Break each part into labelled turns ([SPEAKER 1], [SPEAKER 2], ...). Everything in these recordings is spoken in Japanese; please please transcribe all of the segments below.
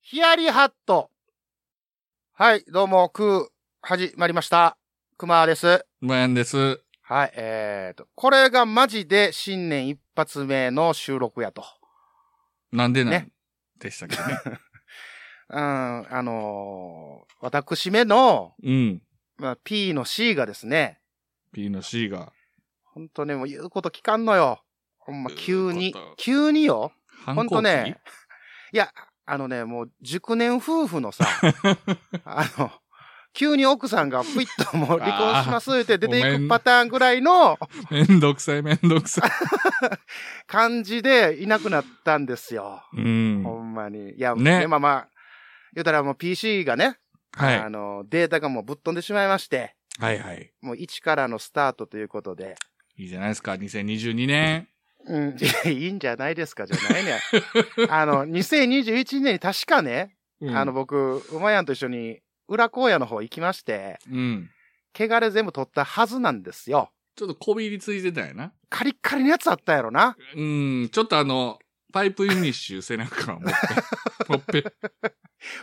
[SPEAKER 1] ヒヤリハット。はい、どうも、くー、始まりました。くまーです。
[SPEAKER 2] 無縁です。
[SPEAKER 1] はい、えーと、これがマジで新年一発目の収録やと。
[SPEAKER 2] なんでなん、
[SPEAKER 1] ね
[SPEAKER 2] でしたっけね。
[SPEAKER 1] うん、あのー私めの、
[SPEAKER 2] うん。
[SPEAKER 1] まあ、P の C がですね、
[SPEAKER 2] P の C が
[SPEAKER 1] ほんとね、もう言うこと聞かんのよ。ほんま、急に
[SPEAKER 2] 言うこと。
[SPEAKER 1] 急によ。
[SPEAKER 2] 反
[SPEAKER 1] ほん
[SPEAKER 2] 抗期。
[SPEAKER 1] とね。いや、あのね、もう、熟年夫婦のさ、あの、急に奥さんが、ぷいっともう離婚しますって出て
[SPEAKER 2] あーご
[SPEAKER 1] い
[SPEAKER 2] め
[SPEAKER 1] く
[SPEAKER 2] ん
[SPEAKER 1] パターンぐらいの
[SPEAKER 2] めんどくさいめんど くさい。
[SPEAKER 1] 感じでいなくなったんですよ。
[SPEAKER 2] うん。
[SPEAKER 1] ほ
[SPEAKER 2] は
[SPEAKER 1] んまに。いや、
[SPEAKER 2] ね
[SPEAKER 1] ね、まあまあ、言うたらもう PC がね、
[SPEAKER 2] い。
[SPEAKER 1] あの、データがもうぶっ飛んでしまいまして、
[SPEAKER 2] はいはい。
[SPEAKER 1] もう一からのスタートということで、
[SPEAKER 2] いいじゃないですか。2022年。
[SPEAKER 1] うん、 いやいいんじゃないですか、じゃないね。あの、2021年に確かね、
[SPEAKER 2] うん
[SPEAKER 1] あの、僕、馬やんと一緒に、裏荒野の方行きまして、
[SPEAKER 2] うん。
[SPEAKER 1] 汚れ全部取ったはずなんですよ。
[SPEAKER 2] ちょっとこびりついてたんやな。
[SPEAKER 1] カリッカリのやつあったやろな。
[SPEAKER 2] うん。ちょっとあの、パイプユニッシュ背中 を持って、ほっぺ、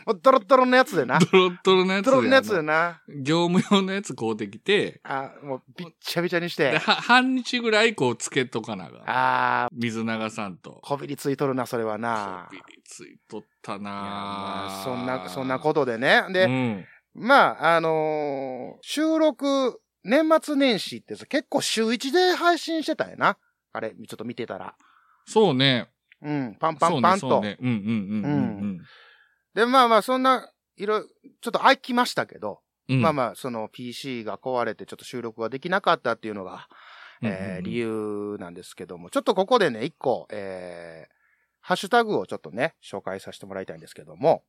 [SPEAKER 1] もうドロッドロのやつでな。
[SPEAKER 2] ドロッドロのやつで
[SPEAKER 1] ドロッのやつ
[SPEAKER 2] あ
[SPEAKER 1] で
[SPEAKER 2] の
[SPEAKER 1] な。
[SPEAKER 2] 業務用のやつ買うてきて、
[SPEAKER 1] あ、もうびっちゃびちゃにし
[SPEAKER 2] で
[SPEAKER 1] て。
[SPEAKER 2] は半日ぐらいこうつけとかなが。
[SPEAKER 1] あー、
[SPEAKER 2] 水長さんと。
[SPEAKER 1] こびりついとるな、それはな
[SPEAKER 2] こ。びりついとっ
[SPEAKER 1] い
[SPEAKER 2] た
[SPEAKER 1] や
[SPEAKER 2] な
[SPEAKER 1] まあ
[SPEAKER 2] ぁ
[SPEAKER 1] そんな、そんなことでね。で、
[SPEAKER 2] うん。
[SPEAKER 1] まあ、あのー収録、年末年始ってさ、結構週1で配信してたんやな。あれ、ちょっと見てたら。
[SPEAKER 2] そうね。
[SPEAKER 1] うん、パンパンパンと。
[SPEAKER 2] そうね。そうねうんうんうんうん
[SPEAKER 1] で、まあまあ、そんな、いろいろ、ちょっと空きましたけど、
[SPEAKER 2] うん。うん
[SPEAKER 1] まあまあ、その PC が壊れてちょっと収録ができなかったっていうのが、えー理
[SPEAKER 2] 由。
[SPEAKER 1] 由なんですけども、ちょっとここでね、一個、えー、ハッシュタグをちょっとね、紹介させてもらいたいんですけども、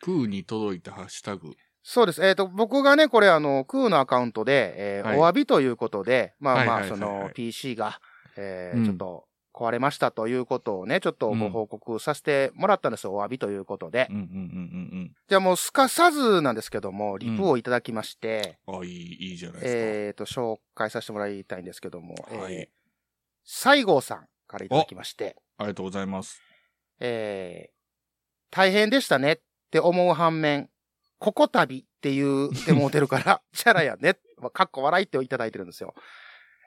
[SPEAKER 2] クーに届いたハッシュタグ。
[SPEAKER 1] そうです。えっ、と、僕がね、これあの、クーのアカウントで、えー
[SPEAKER 2] はい
[SPEAKER 1] お詫びということで、まあま
[SPEAKER 2] はい
[SPEAKER 1] あ、
[SPEAKER 2] はい
[SPEAKER 1] そ
[SPEAKER 2] はいはい
[SPEAKER 1] の、PC が、えー
[SPEAKER 2] うん
[SPEAKER 1] ちょっと、壊れましたということをね、ちょっとご報告させてもらったんですよ。お詫びということで
[SPEAKER 2] う。んうんうん
[SPEAKER 1] じゃあもう、すかさずなんですけども、リプをいただきまして、
[SPEAKER 2] うんうん。あ、いい、いいじゃないで
[SPEAKER 1] えっ、と、紹介させてもらいたいんですけども、
[SPEAKER 2] すか。は
[SPEAKER 1] えー
[SPEAKER 2] い。
[SPEAKER 1] 西郷さんからいただきまして、
[SPEAKER 2] ありがとうございます。
[SPEAKER 1] えー大変でしたねって思う反面、ここ旅っていうてもうてる から、チャラやね。まあ、かっこ笑いっていただいてるんですよ。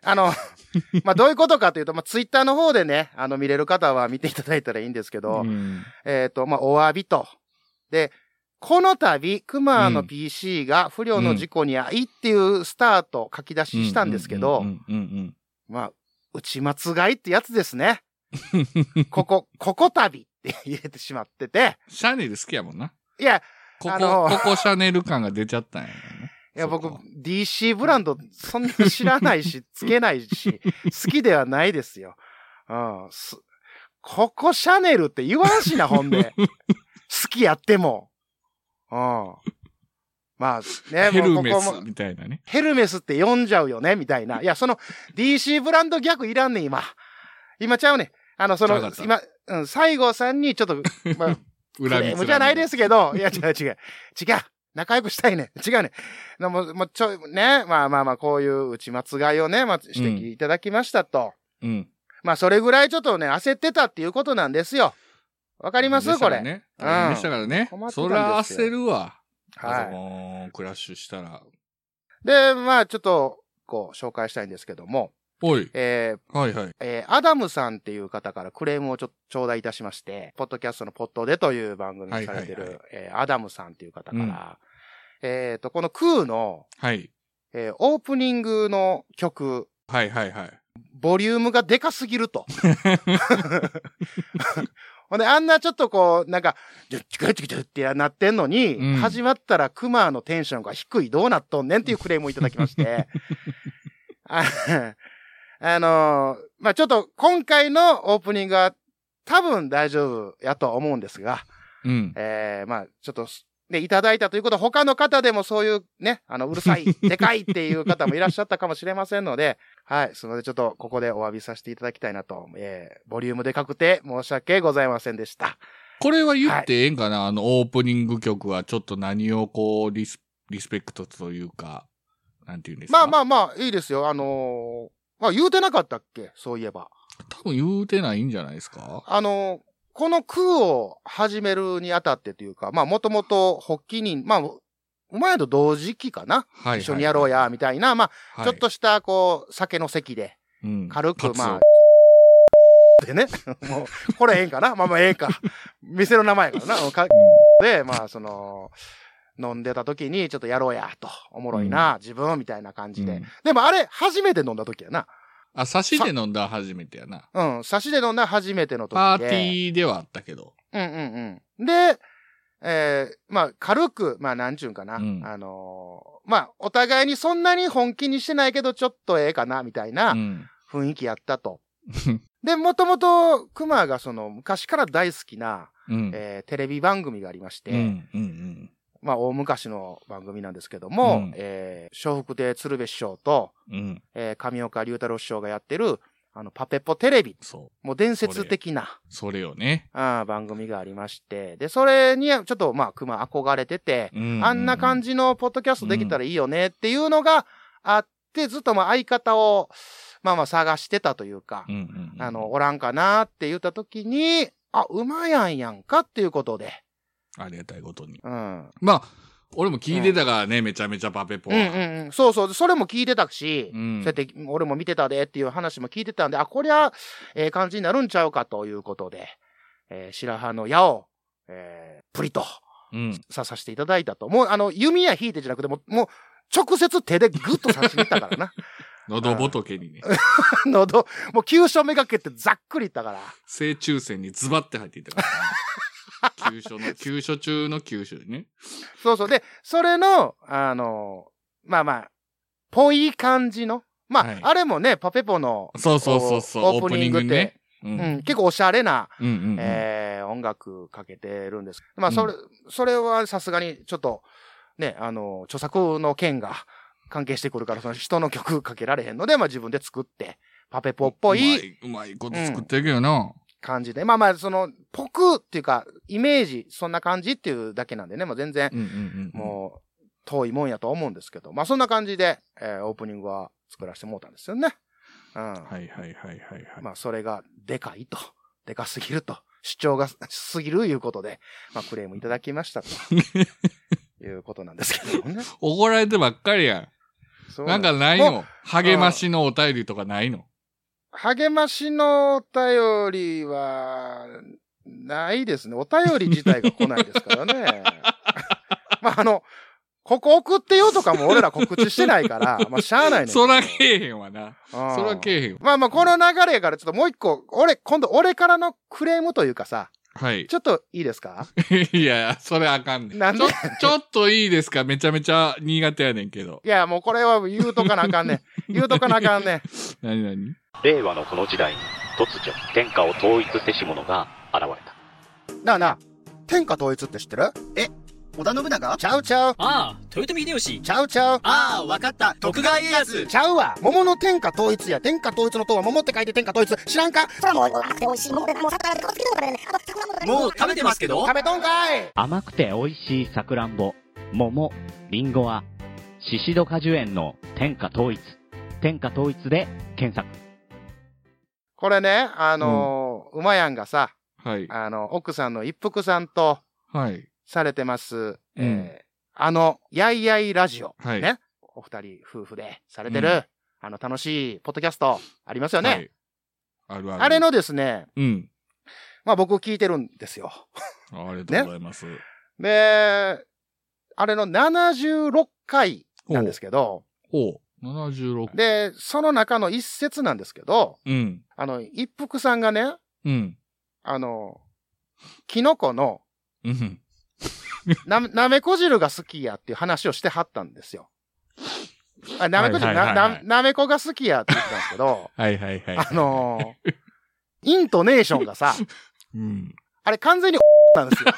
[SPEAKER 1] あの、 まあ、どういうことかというと、まあ、ツイッターの方でね、あの、見れる方は見ていただいたらいいんですけど、
[SPEAKER 2] うん
[SPEAKER 1] えっ、と、まあ、お詫びと。で、この度、クマの PC が不良の事故に遭いっていうスタート書き出ししたんですけど
[SPEAKER 2] う、んうん
[SPEAKER 1] まあ、内松がいってやつです ね。ここ、ここ旅って入れてしまってて、
[SPEAKER 2] シャネル好きやもんな。
[SPEAKER 1] いや、
[SPEAKER 2] こ
[SPEAKER 1] あ
[SPEAKER 2] こ、
[SPEAKER 1] の
[SPEAKER 2] ここシャネル感が出ちゃったんやね。
[SPEAKER 1] いや、僕
[SPEAKER 2] そこ、
[SPEAKER 1] DC ブランド、そんな知らない し、つけないし、好きではないですよ。うん。すここシャネルって言わんし な、ほんで。好きやっても。うん。まあ、ね、
[SPEAKER 2] ヘル
[SPEAKER 1] もう
[SPEAKER 2] メ
[SPEAKER 1] ここ
[SPEAKER 2] ス
[SPEAKER 1] も、
[SPEAKER 2] みたいなね。
[SPEAKER 1] ヘルメスって呼んじゃうよね、みたいな。いや、その DC ブランド逆いらんねん、今。今ちゃうねん。あの、そ
[SPEAKER 2] わか
[SPEAKER 1] の
[SPEAKER 2] っ、た
[SPEAKER 1] 今、うん、西郷さんにちょ っと、まあ、
[SPEAKER 2] 恨みつ
[SPEAKER 1] ク
[SPEAKER 2] ら
[SPEAKER 1] レ
[SPEAKER 2] み。
[SPEAKER 1] ームじゃないですすけど、いや、違う違う。違う。仲良くしたいね。違うね。なもう、もうちょい、ね。まあまあまあ、こういう内松がいをね、まあ、指摘いただきましたと。
[SPEAKER 2] うん。
[SPEAKER 1] まあ、それぐらいちょっとね、焦ってたっていうことなんですよ。わかります、
[SPEAKER 2] でした
[SPEAKER 1] こ
[SPEAKER 2] か
[SPEAKER 1] れ。
[SPEAKER 2] らね。ありましたからね
[SPEAKER 1] 困っ。てたんで
[SPEAKER 2] そ
[SPEAKER 1] すよ
[SPEAKER 2] ら焦るわ。パソ
[SPEAKER 1] は
[SPEAKER 2] コンクラッシュしたら。
[SPEAKER 1] い。で、まあ、ちょっと、こう、紹介したいんですけども、
[SPEAKER 2] おい。
[SPEAKER 1] えー
[SPEAKER 2] はいはい。
[SPEAKER 1] えーアダムさんっていう方からクレームをちょ、頂戴いたしまして、ポッドキャストのポッドでという番組にされてる、
[SPEAKER 2] はいはい
[SPEAKER 1] えーアダムさんっていう方から、
[SPEAKER 2] うん
[SPEAKER 1] えっ、と、このクーの、
[SPEAKER 2] はい。
[SPEAKER 1] えーオープニングの曲、
[SPEAKER 2] はいはいはい。
[SPEAKER 1] ボリュームがでかすぎると。 ほんで、あんなちょっとこう、なんか、ジュッチュッチュッチュッってなってんのに、
[SPEAKER 2] うん
[SPEAKER 1] 始まったらクマのテンションが低い、どうなっとんねんっていうクレームをいただきま して。ああのーまあ、ちょっと今回のオープニングは多分大丈夫やと思うんですが、
[SPEAKER 2] うん。
[SPEAKER 1] えーまあ、ちょっとす、ね、いただいたということは、他の方でもそういうね、あの、うるさい、でかいっていう方もいらっしゃったかもしれませんので、 はい、すみません、ちょっと、ここでお詫びさせていただきたいなと、えーボリュームでかくて申し訳ございませんでした。
[SPEAKER 2] これは言ってええんかな、あの、オープニング曲はちょっと何をこう、リス、リスペクトというか、なんて言うんですか。
[SPEAKER 1] まあま
[SPEAKER 2] あ。
[SPEAKER 1] あまあ、いいですよ、あのーまあ言うてなかったっけそういえば。
[SPEAKER 2] 多分言うてないんじゃないですか
[SPEAKER 1] あのーこの空を始めるにあたってというか、まあもともと発起人、まあ、お前と同時期かな、
[SPEAKER 2] はい。
[SPEAKER 1] 一緒にやろうや、みたいな、まあ、
[SPEAKER 2] はい。
[SPEAKER 1] ちょっとした、こう、酒の席で、
[SPEAKER 2] うん、
[SPEAKER 1] 軽く、
[SPEAKER 2] カツ
[SPEAKER 1] ま
[SPEAKER 2] オ
[SPEAKER 1] あ、でね、 もう、これええんかなまあまあええか。 店の名前やからな。かで、まあ、その、飲んでた時に、ちょっとやろうや、と。おもろいな、自分、みたいな感じで。
[SPEAKER 2] うん
[SPEAKER 1] でもあれ、初めて飲んだ時やな。
[SPEAKER 2] あ、差しで飲んだの初めてやな。
[SPEAKER 1] うん、差しで飲んだ初めての時で。
[SPEAKER 2] パーティーではあったけど。
[SPEAKER 1] うんうんうん。で、えーまあ、軽く、まあ、なんちゅうんかな。
[SPEAKER 2] うん。
[SPEAKER 1] あのーまあ、お互いにそんなに本気にしてないけど、ちょっとええかな、みたいうなん雰囲気やったと。で、もともと、熊がその、昔から大好きな、
[SPEAKER 2] うん。
[SPEAKER 1] えーテレビ番組がありまして、
[SPEAKER 2] うん。うん。
[SPEAKER 1] まあ、大昔の番組なんですけども、
[SPEAKER 2] うん
[SPEAKER 1] えー笑福亭鶴瓶師匠と、
[SPEAKER 2] うん。うん。
[SPEAKER 1] えー上岡龍太郎師匠がやってる、あの、パペポテレビ、
[SPEAKER 2] そう。
[SPEAKER 1] もう伝説的な、
[SPEAKER 2] それよね。
[SPEAKER 1] あー番組がありまして、で、それにちょっとまあ、熊憧れてて、
[SPEAKER 2] うん。
[SPEAKER 1] あんな感
[SPEAKER 2] じ。
[SPEAKER 1] じのポッドキャストできたらいいよねっていうのがあって、ずっとまあ、相方を、まあまあ、探してたというか
[SPEAKER 2] う、んうん。うん
[SPEAKER 1] あの、、おらんかなって言った時に、あ、馬やんやんかっていうことで、
[SPEAKER 2] ありがたいことに。
[SPEAKER 1] うん。
[SPEAKER 2] まあ、俺も聞いてたからね、めちゃめちゃパペポ
[SPEAKER 1] うん
[SPEAKER 2] は。
[SPEAKER 1] うんうん。そうそう。それも聞いてたし、
[SPEAKER 2] うん
[SPEAKER 1] そうやって、俺も見てたでっていう話も聞いてたんで、あ、こりゃ、ええ感じになるんちゃうかということで、えー白羽の矢を、えー、プリと
[SPEAKER 2] うん。
[SPEAKER 1] 刺させていただいたと。もう、あの、弓矢引いてじゃなくて、もう、もう、直接手でグッと刺しに行ったからな。
[SPEAKER 2] 喉仏にね、
[SPEAKER 1] 喉、もう急所めがけてざっくりいったから。
[SPEAKER 2] 正中線にズバって入っていっ たから、ね。急所の、急所中の急所にね。
[SPEAKER 1] そうそう。で、それの、あの、まあまあ、ぽい感じの、まあ、
[SPEAKER 2] はい
[SPEAKER 1] あれもね、パペポの、
[SPEAKER 2] そうそうそうそう、
[SPEAKER 1] オープニングって
[SPEAKER 2] ね。う。
[SPEAKER 1] うんん、結構おしゃれな、
[SPEAKER 2] うんうんうん。
[SPEAKER 1] えー音楽かけてるんです。ま
[SPEAKER 2] う
[SPEAKER 1] あ、
[SPEAKER 2] ん
[SPEAKER 1] それ、それはさすがにちょっと、ね、あの、著作の件が関係してくるから、その人の曲かけられへんので、まあ自分で作って、パペポっぽいう
[SPEAKER 2] まい。うまいこと作ってるけどな。
[SPEAKER 1] 感じで、まあまあ、その、ぽくっていうか、イメージ、そんな感じっていうだけなんでね、まあ全然、
[SPEAKER 2] うんうんうん。
[SPEAKER 1] もう、遠いもんやと思うんですけど、まあそんな感じで、えーオープニングは作らせてもらったんですよね。うん。
[SPEAKER 2] はいはいはいはいはい。
[SPEAKER 1] まあ、それがでかいと。でかすぎると。主張がすぎるいうことで、まあ、クレームいただきました と。いうことなんですけどもね。
[SPEAKER 2] 怒られてばっかりや
[SPEAKER 1] そ
[SPEAKER 2] ん。
[SPEAKER 1] う
[SPEAKER 2] なんかない
[SPEAKER 1] もう
[SPEAKER 2] の励ましのお便りとかないの
[SPEAKER 1] 励ましのお便りは、ないですね。お便り自体が来ないですからね。 まあ、あの、ここ送ってよとかも俺ら告知してないから、まあ、しゃあないねんけど。
[SPEAKER 2] そらけえへんわな。
[SPEAKER 1] うん
[SPEAKER 2] そらけえへんわ。
[SPEAKER 1] まあまあ、この流れからちょっともう一個、俺、今度俺からのクレームというかさ、
[SPEAKER 2] はい。
[SPEAKER 1] ちょっといいですか
[SPEAKER 2] いや、それあかんねん。
[SPEAKER 1] なんで
[SPEAKER 2] ちょちょっといいですかめちゃめちゃ新潟やねんけど。
[SPEAKER 1] いや、もうこれは言うとかなあかんねん。言うとかなあかんねん。
[SPEAKER 2] 何何
[SPEAKER 3] 令和のこの時代に突如天下を統一せし者が現れた
[SPEAKER 1] なあなあ、天下統一って知ってる
[SPEAKER 4] 織田信長
[SPEAKER 1] ちゃうちゃう、
[SPEAKER 5] ああ、豊臣秀吉。
[SPEAKER 1] ちゃうちゃう、
[SPEAKER 4] ああ、わかった。徳川家康
[SPEAKER 1] ちゃうわ。桃の天下統一や、天下統一の塔は桃って書いて天下統一。知らんか
[SPEAKER 6] それはもう甘くて美味しいもので、もう桜で顔つけても食べれない。あと、桜も食べれない。
[SPEAKER 4] もう食べてますけど
[SPEAKER 1] 食べとんかい
[SPEAKER 7] 甘くて美味しいさくらんぼ、桃、りんごは、シシド果樹園の天下統一。天下統一で検索。
[SPEAKER 1] これね、あのーうまやんがさ、
[SPEAKER 2] はい。
[SPEAKER 1] あの、奥さんの一服さんと
[SPEAKER 2] はい。
[SPEAKER 1] されてます、えーあの、やいやいラジオ、
[SPEAKER 2] はい。
[SPEAKER 1] ねお二人夫婦でされてる、
[SPEAKER 2] う
[SPEAKER 1] あの、楽しいポッドキャストありますよね。
[SPEAKER 2] はい。あるある。
[SPEAKER 1] あれ。のですね、
[SPEAKER 2] うん。
[SPEAKER 1] まあ僕聞いてるんですよ。
[SPEAKER 2] ありがとうございます。
[SPEAKER 1] で、あれの76回なんですけど、
[SPEAKER 2] ほう。76。
[SPEAKER 1] で、その中の一節なんですけど、
[SPEAKER 2] うん。
[SPEAKER 1] あの、一服さんがね、
[SPEAKER 2] うん。
[SPEAKER 1] あの、キノコの
[SPEAKER 2] うん。
[SPEAKER 1] な、なめこ汁が好きやっていう話をしてはったんですよ。あなめこ汁、
[SPEAKER 2] はいはいは
[SPEAKER 1] ない
[SPEAKER 2] はい、
[SPEAKER 1] ななめこが好きやって言ってたんですけど
[SPEAKER 2] はいはいはい。
[SPEAKER 1] あのーイントネーションがさ、
[SPEAKER 2] うん。
[SPEAKER 1] あれ完全に なんですよ。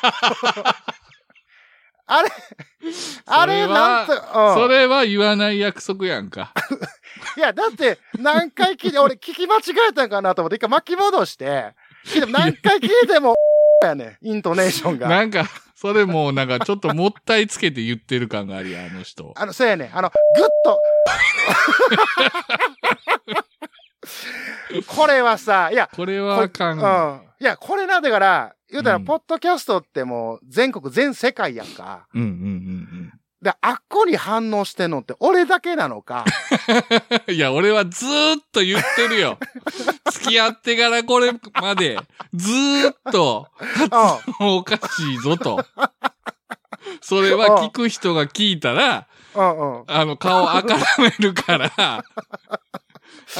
[SPEAKER 1] あれ、あれなんと、うん
[SPEAKER 2] それは言わない約束やんか。
[SPEAKER 1] いや、だって、何回聞いて、俺聞き間違えたんかなと思って、一回巻き戻して、けど何回聞いても、 やねん、イントネーションが。
[SPEAKER 2] なんか、それもうなんかちょっともったいつけて言ってる感があるやん、あの人。
[SPEAKER 1] あの、そうやねん、あの、ぐっと。 これはさ、いや、
[SPEAKER 2] これはあか。
[SPEAKER 1] うんん。いや、これな、だから、言うたら、
[SPEAKER 2] うん
[SPEAKER 1] ポッドキャストってもう、全国、全世界やんか。
[SPEAKER 2] うんうん
[SPEAKER 1] で、あっこに反応してんのって、俺だけなのか。
[SPEAKER 2] うん。いや、俺はずーっと言ってる よ。付き合ってからこれまで、ずーっと、
[SPEAKER 1] う
[SPEAKER 2] おかしいぞと。それは聞く人が聞いたら、
[SPEAKER 1] ん。うんうん。
[SPEAKER 2] あの、顔赤らめるから、あ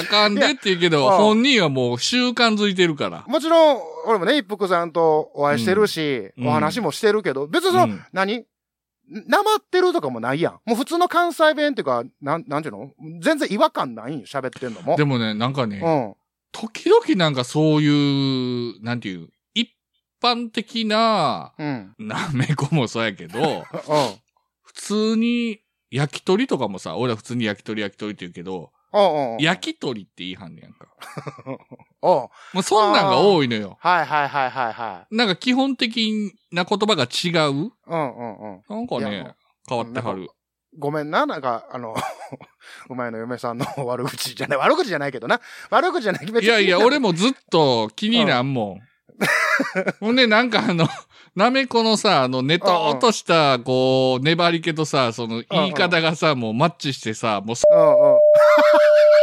[SPEAKER 2] かんでって言うけ
[SPEAKER 1] い
[SPEAKER 2] ど、
[SPEAKER 1] やうん
[SPEAKER 2] 本人はもう習慣づいてるから。
[SPEAKER 1] もちろん、俺もね、一服さんとお会いしてるし、
[SPEAKER 2] うん
[SPEAKER 1] お話もしてるけど、別にその、
[SPEAKER 2] うん
[SPEAKER 1] 何なまってるとかもないやん。もう普通の関西弁っていうか、なん、なんていうの全然違和感ないんよ、喋ってんのも。
[SPEAKER 2] でもね、なんか
[SPEAKER 1] う
[SPEAKER 2] ね、
[SPEAKER 1] ん。
[SPEAKER 2] 時々なんかそういう、なんていう、一般的な、
[SPEAKER 1] うん。
[SPEAKER 2] なめこもそうやけど、
[SPEAKER 1] うん。
[SPEAKER 2] 普通に、焼き鳥とかもさ、俺は普通に焼き鳥焼き鳥って言うけど、
[SPEAKER 1] うんうんうん。
[SPEAKER 2] 焼き鳥って言いはんねやんか。
[SPEAKER 1] おう
[SPEAKER 2] もうそんなんが多いのよ。
[SPEAKER 1] はいはいはいはいは
[SPEAKER 2] なんか基本的な言葉が違う
[SPEAKER 1] い。うんうんうん。
[SPEAKER 2] なんか
[SPEAKER 1] いやも
[SPEAKER 2] ね
[SPEAKER 1] う、
[SPEAKER 2] 変わっては
[SPEAKER 1] なん
[SPEAKER 2] る。
[SPEAKER 1] ごめんな、なんか、あの、 お前の嫁さんの悪口じゃない、悪口じゃないけどな。悪口じゃない、別に
[SPEAKER 2] いやいや、
[SPEAKER 1] 気に
[SPEAKER 2] 俺もずっと気になん もん。ほんで、なんかあの、なめこのさ、あの、ネタ落とした、こう、粘り気とさ、その、言い方がさ、もうマッチしてさ、もうそ、
[SPEAKER 1] なるうんうん。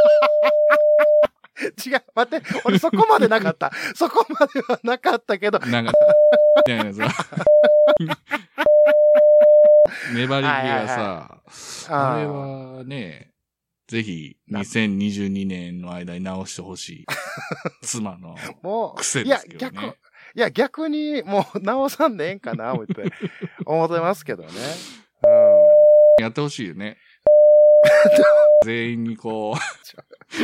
[SPEAKER 1] 違う、待って、俺そこまでなかった。 そこまではなかったけど、
[SPEAKER 2] なん か、みたいなさ。 粘り気がさ、
[SPEAKER 1] あ
[SPEAKER 2] あれ
[SPEAKER 1] ー
[SPEAKER 2] はね、ぜひ、2022年の間に直してほ しい。妻の。
[SPEAKER 1] もう、
[SPEAKER 2] 癖
[SPEAKER 1] い
[SPEAKER 2] で
[SPEAKER 1] や
[SPEAKER 2] す、けど
[SPEAKER 1] 逆、い
[SPEAKER 2] ね。
[SPEAKER 1] や、逆に、もう、直さんでええんかな、思 って、思ってますけどね。
[SPEAKER 2] やってほしい よね。全員に
[SPEAKER 1] う
[SPEAKER 2] こう、
[SPEAKER 1] ん。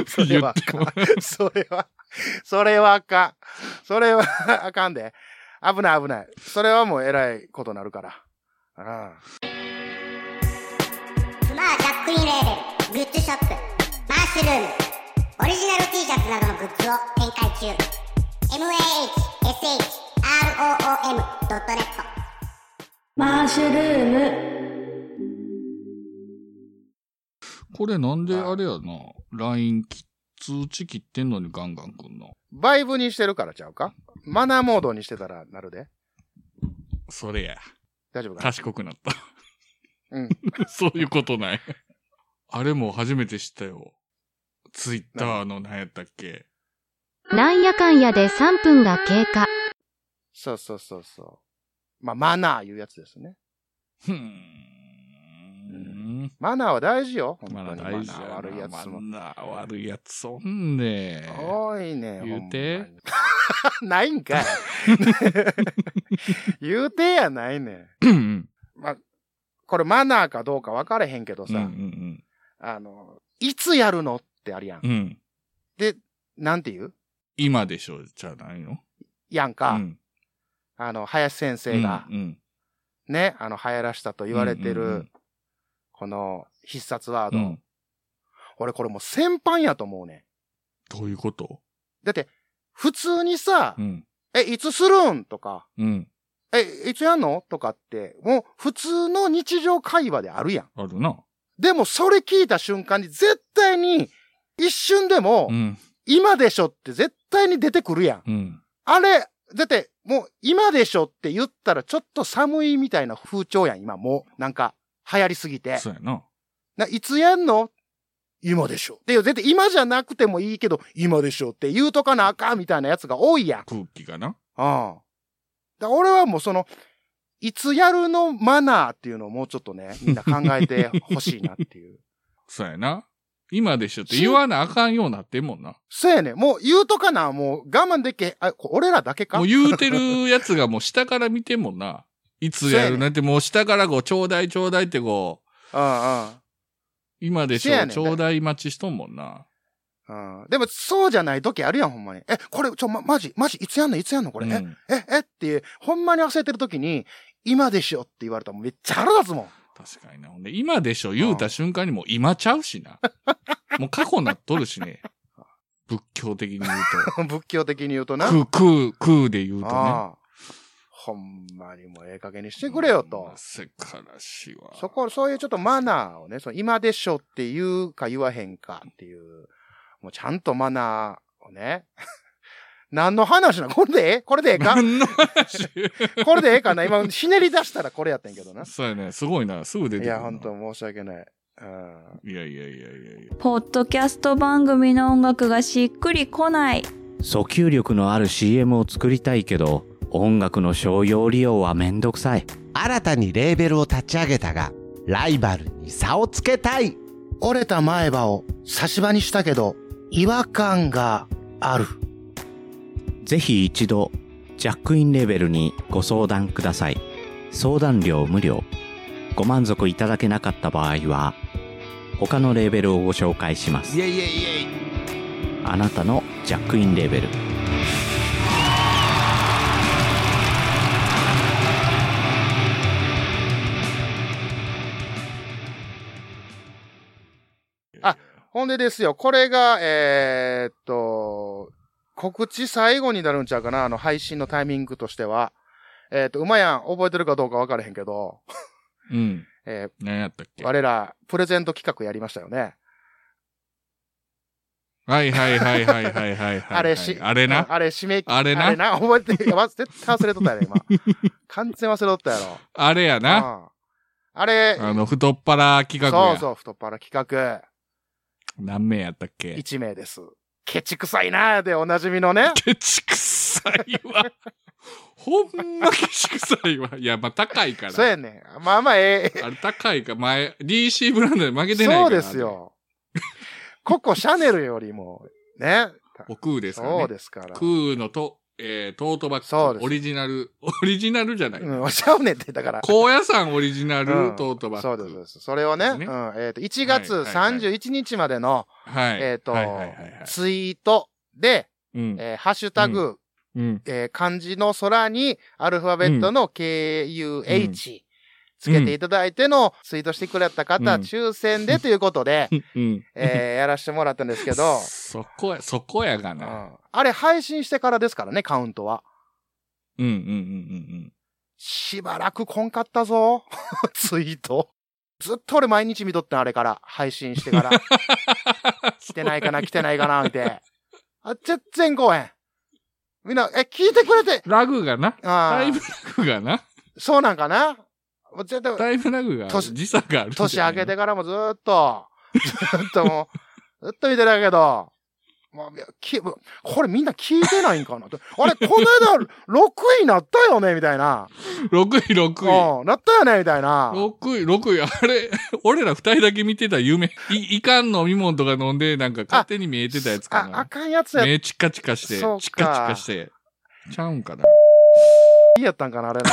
[SPEAKER 1] それはあかん。 それは、それはあかん。それはあかんで。危ない危ない。それはもう偉いことなるから。うん。
[SPEAKER 6] まあジャックインレーベルグッズショップマッシュルームオリジナル T シャツなどのグッズを展開中 mahshroom.net
[SPEAKER 5] マッシュルーム
[SPEAKER 2] これなんであれやな、LINE き通知切ってんのにガンガンくんの。
[SPEAKER 1] バイブにしてるからちゃうかマナーモードにしてたらなるで。
[SPEAKER 2] それや。
[SPEAKER 1] 大丈夫かな
[SPEAKER 2] 賢くなった。
[SPEAKER 1] うん。
[SPEAKER 2] そういうことない。あれも初めて知ったよ。ツイッターの何やったっけ
[SPEAKER 8] なんやかんやで3分が経過。
[SPEAKER 1] そうそうそうそう。まあ、マナーいうやつですね。
[SPEAKER 2] ふーん。
[SPEAKER 1] マナーは大事よ。本当
[SPEAKER 2] ま
[SPEAKER 1] に
[SPEAKER 2] だ
[SPEAKER 1] マナ
[SPEAKER 2] 大事
[SPEAKER 1] ー
[SPEAKER 2] やな。
[SPEAKER 1] 悪いやつも。
[SPEAKER 2] まだ悪いやつおんね。
[SPEAKER 1] 多いね。
[SPEAKER 2] 言うて
[SPEAKER 1] ほんまに ないんかい。言うてやないねん。
[SPEAKER 2] うんうん
[SPEAKER 1] これマナーかどうか分かれへんけど
[SPEAKER 2] う
[SPEAKER 1] さ、
[SPEAKER 2] んうん
[SPEAKER 1] あの、いつやるのってあるやん。
[SPEAKER 2] うん。うん。
[SPEAKER 1] なんて言う
[SPEAKER 2] 今でしょ、じゃないの
[SPEAKER 1] やん
[SPEAKER 2] う
[SPEAKER 1] か、
[SPEAKER 2] ん
[SPEAKER 1] あの、林先生が
[SPEAKER 2] うんうん
[SPEAKER 1] ね、あの、流行らしたと言われて
[SPEAKER 2] うんうんう
[SPEAKER 1] る
[SPEAKER 2] ん、
[SPEAKER 1] この必殺ワー
[SPEAKER 2] う
[SPEAKER 1] ド。
[SPEAKER 2] ん。
[SPEAKER 1] 俺これもう先般やと思うねん。
[SPEAKER 2] どういうこと
[SPEAKER 1] だって、普通にさ、
[SPEAKER 2] うん。
[SPEAKER 1] え、いつするんとか、
[SPEAKER 2] うん。
[SPEAKER 1] え、いつやんのとかって、もう普通の日常会話であるやん。
[SPEAKER 2] あるな。
[SPEAKER 1] でもそれ聞いた瞬間に絶対に、一瞬でも、
[SPEAKER 2] うん。
[SPEAKER 1] 今でしょって絶対に出てくるやん。
[SPEAKER 2] うん。
[SPEAKER 1] あれ、だって、もう今でしょって言ったらちょっと寒いみたいな風潮やん、今もう。なんか、流行りすぎて。
[SPEAKER 2] そうやな。
[SPEAKER 1] ないつやんの今でしょ。っていう、絶対今じゃなくてもいいけど、今でしょって言うとかなあかんみたいなやつが多いやん。うん。
[SPEAKER 2] 空気がな。
[SPEAKER 1] だから俺はもうその、いつやるのマナーっていうのをもうちょっと ね、みんな考えてほしいなっていう。
[SPEAKER 2] そうやな。今でしょって言わなあかんようになってんもんな。
[SPEAKER 1] そうやね。もう言うとかな、もう我慢できへん。あ、こ俺らだけか
[SPEAKER 2] もう言うてるやつがもう下から見てんもんな。いつやるなんてもう下からこう、ちょうだいちょうだいってこう、
[SPEAKER 1] うんうん。
[SPEAKER 2] 今でし
[SPEAKER 1] せやね
[SPEAKER 2] ょ、
[SPEAKER 1] ん
[SPEAKER 2] ちょうだい待ちしとんもんな。
[SPEAKER 1] うんでも、そうじゃない時あるやん、ほんまに。え、これ、ちょ、ま、マジ、マジ、いつやんのいつやんのこれ、
[SPEAKER 2] う
[SPEAKER 1] え、
[SPEAKER 2] ん
[SPEAKER 1] え、えって、ほんまに焦ってる時に、今でしょって言われたらもうめっちゃ腹立つもん。
[SPEAKER 2] 確かにな。ほんで、今でしょ言うた瞬間にもう今ちゃう しな。もう過去なっとるしね。仏教的に言う
[SPEAKER 1] 仏教的に言うと
[SPEAKER 2] と。
[SPEAKER 1] な。
[SPEAKER 2] 空、空、空で言うとね。
[SPEAKER 1] ああほんまにもうええ加減にしてくれよと。
[SPEAKER 2] せからしは。
[SPEAKER 1] そこ、そういうちょっとマナーをね、その今でしょって言うか言わへんかっていう、もうちゃんとマナーね。 何の話なのこれでええこれでええか
[SPEAKER 2] 何の話
[SPEAKER 1] これでええかな今、ひねり出したらこれやったんやけどな。
[SPEAKER 2] そうやね。すごいな。すぐ出て
[SPEAKER 1] い
[SPEAKER 2] くるな
[SPEAKER 1] や、本当申し訳ない。うん。
[SPEAKER 2] いやいやいやいやいや。
[SPEAKER 9] ポッドキャスト番組の音楽がしっくりこない。
[SPEAKER 7] 訴求力のある CM を作りたいけど音楽の商用利用はめんどくさい
[SPEAKER 10] 新たにレーベルを立ち上げたが、ライバルに差をつけたい。
[SPEAKER 1] 折れた前歯を差し歯にしたけど、違和感がある。
[SPEAKER 7] ぜひ一度ジャックインレーベルにご相談ください相談料無料ご満足いただけなかった場合は他のレーベルをご紹介します
[SPEAKER 10] イェイイェイイェイ。
[SPEAKER 7] あなたのジャックインレーベル
[SPEAKER 1] ほんでですよ、これが、えーっと、告知最後になるんちゃうかな、あの配信のタイミングとしては。えーっと、うまやん、覚えてるかどうかわからへんけど、
[SPEAKER 2] うん。
[SPEAKER 1] え
[SPEAKER 2] 何やったっ
[SPEAKER 1] ー
[SPEAKER 2] け
[SPEAKER 1] 我ら、プレゼント企画やりましたよね。
[SPEAKER 2] はいはいはいはいはいはいはい。
[SPEAKER 1] あれし、
[SPEAKER 2] あれな。
[SPEAKER 1] あれ、締め、
[SPEAKER 2] あれな
[SPEAKER 1] あれな、覚えて、いやわ絶対忘れとったやろ、 今。完全忘れとったやろ。
[SPEAKER 2] あれやな。
[SPEAKER 1] うんあれ、
[SPEAKER 2] あの、太っ腹企画
[SPEAKER 1] そう
[SPEAKER 2] や。
[SPEAKER 1] そう、太っ腹企画、
[SPEAKER 2] 何名やったっけ
[SPEAKER 1] 1名です。ケチくさいなーでおなじみのね。
[SPEAKER 2] ケチくさいわ。ほんまケチくさいわ。いや、まあ高いから。
[SPEAKER 1] そうやねん。まあまあ、ええ
[SPEAKER 2] あれ高いか。前、DC ブランドで負けてないから。
[SPEAKER 1] そうです。よ。 ココシャネルよりも、ね。
[SPEAKER 2] お空ですからね。
[SPEAKER 1] そうですから。
[SPEAKER 2] 空のと、えー、トートバ
[SPEAKER 1] そう
[SPEAKER 2] ッ
[SPEAKER 1] で
[SPEAKER 2] グ。
[SPEAKER 1] す
[SPEAKER 2] オリジナル、オリジナルじゃない。
[SPEAKER 1] うん、おしゃうねんって、だから。
[SPEAKER 2] 高野山オリジナ
[SPEAKER 1] う
[SPEAKER 2] ル
[SPEAKER 1] ん
[SPEAKER 2] トートバッ
[SPEAKER 1] そう
[SPEAKER 2] グ。
[SPEAKER 1] ですそうです。それをね、
[SPEAKER 2] ですね
[SPEAKER 1] うん、えっ、と、1月31日までの、
[SPEAKER 2] はい。
[SPEAKER 1] えっ、と、
[SPEAKER 2] はいはいはいはい。
[SPEAKER 1] ツイートで、
[SPEAKER 2] うん。
[SPEAKER 1] えーハッシュタグ、
[SPEAKER 2] うん。
[SPEAKER 1] えー漢字の空にアルファベットの KUH つけていただいてのツイートしてくれた方、
[SPEAKER 2] うん
[SPEAKER 1] 抽選でということで、
[SPEAKER 2] うん。
[SPEAKER 1] えーやらせてもらったんですけど、
[SPEAKER 2] そこや、そこやが
[SPEAKER 1] う
[SPEAKER 2] な。
[SPEAKER 1] ん、あれ配信してからですからね、カウントは。
[SPEAKER 2] うんうんうんうん
[SPEAKER 1] しばらくこんかったぞ。 ツイート。ずっと俺毎日見とってんあれから。配信して から。
[SPEAKER 2] うん。
[SPEAKER 1] 来てないかな、来てないかな、見て。あ、全然来へん。みんな、え、聞いてくれて。
[SPEAKER 2] ラグがな。
[SPEAKER 1] あ
[SPEAKER 2] タイム
[SPEAKER 1] あ、
[SPEAKER 2] ラグがな。
[SPEAKER 1] そうなんかな。もう絶対、
[SPEAKER 2] タイムラグがある、
[SPEAKER 1] 年
[SPEAKER 2] 時差があるんじゃない。
[SPEAKER 1] 年明けてからもずーっと、ずーっともう、ずっと見てたけど、もういやきもうこれみんな聞いてないんかなとあれ、この間6位なったよねみたいな。
[SPEAKER 2] 6位、6位。
[SPEAKER 1] うん、なったよねみたいな。
[SPEAKER 2] 6位、6位。あれ、 俺ら二人だけ見てた夢。い、いかん飲み物とか飲んで、なんか勝手に見えてたやつか
[SPEAKER 1] あ、あ
[SPEAKER 2] な。
[SPEAKER 1] かんやつやっ
[SPEAKER 2] 目チカチカして
[SPEAKER 1] そうか、
[SPEAKER 2] チカチカして。ちゃうんかな。
[SPEAKER 1] いやったんかな、あれな。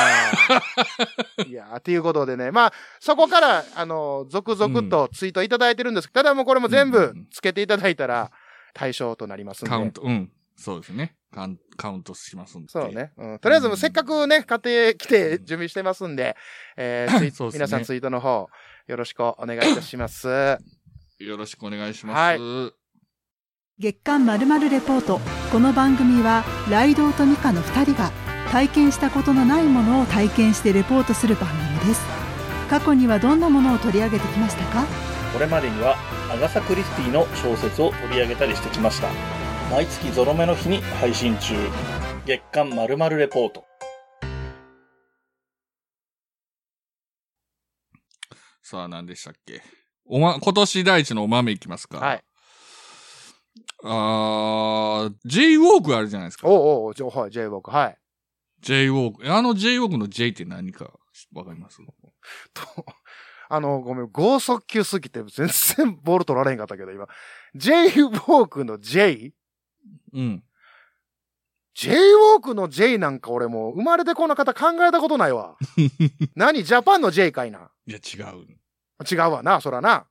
[SPEAKER 1] いやー、ということでね。まあ、そこから、あの、続々とツイートいただいてるんですけど、ただもうこれも全
[SPEAKER 2] うんう
[SPEAKER 1] 部
[SPEAKER 2] んうん
[SPEAKER 1] つけていただいたら対象となりますんで。
[SPEAKER 2] カウント、うん。そうですね。カウンカウントしますんで。
[SPEAKER 1] そう。ね。うん。とりあえずもうせっかくね、買ってきて準備してますんで、え ー、ツイ
[SPEAKER 2] そうですね
[SPEAKER 1] 皆さんツイートの方、よろしくお願いいたし ます。
[SPEAKER 2] よろしくお願いします。
[SPEAKER 1] はい
[SPEAKER 11] 月刊まるまるレポートこの番組はライドウとミカの2人が体験したことのないものを体験してレポートする番組です過去にはどんなものを取り上げてきましたか
[SPEAKER 12] これまでにはアガサ・クリスティの小説を取り上げたりしてきました毎月ゾロ目の日に配信中月刊まるまるレポート
[SPEAKER 2] さあ、何でしたっけ。おま、今年第一のお豆いきますか。
[SPEAKER 1] はい。
[SPEAKER 2] あー、J ウォークあるじゃないですか。
[SPEAKER 1] おうおう、じゃはい、J 僕、はい。
[SPEAKER 2] J ウォーク。あの J ウォークの J って何かわかります
[SPEAKER 1] と、 あの、ごめん、剛速球すぎて全然ボール取られへんかったけど、今。J ウォークの J?
[SPEAKER 2] うん。
[SPEAKER 1] J ウォークの J なんか俺もう生まれてこの方考えたことない わ。何ジャパンの J かいな。
[SPEAKER 2] いや、違う。
[SPEAKER 1] 違うわな、そらな。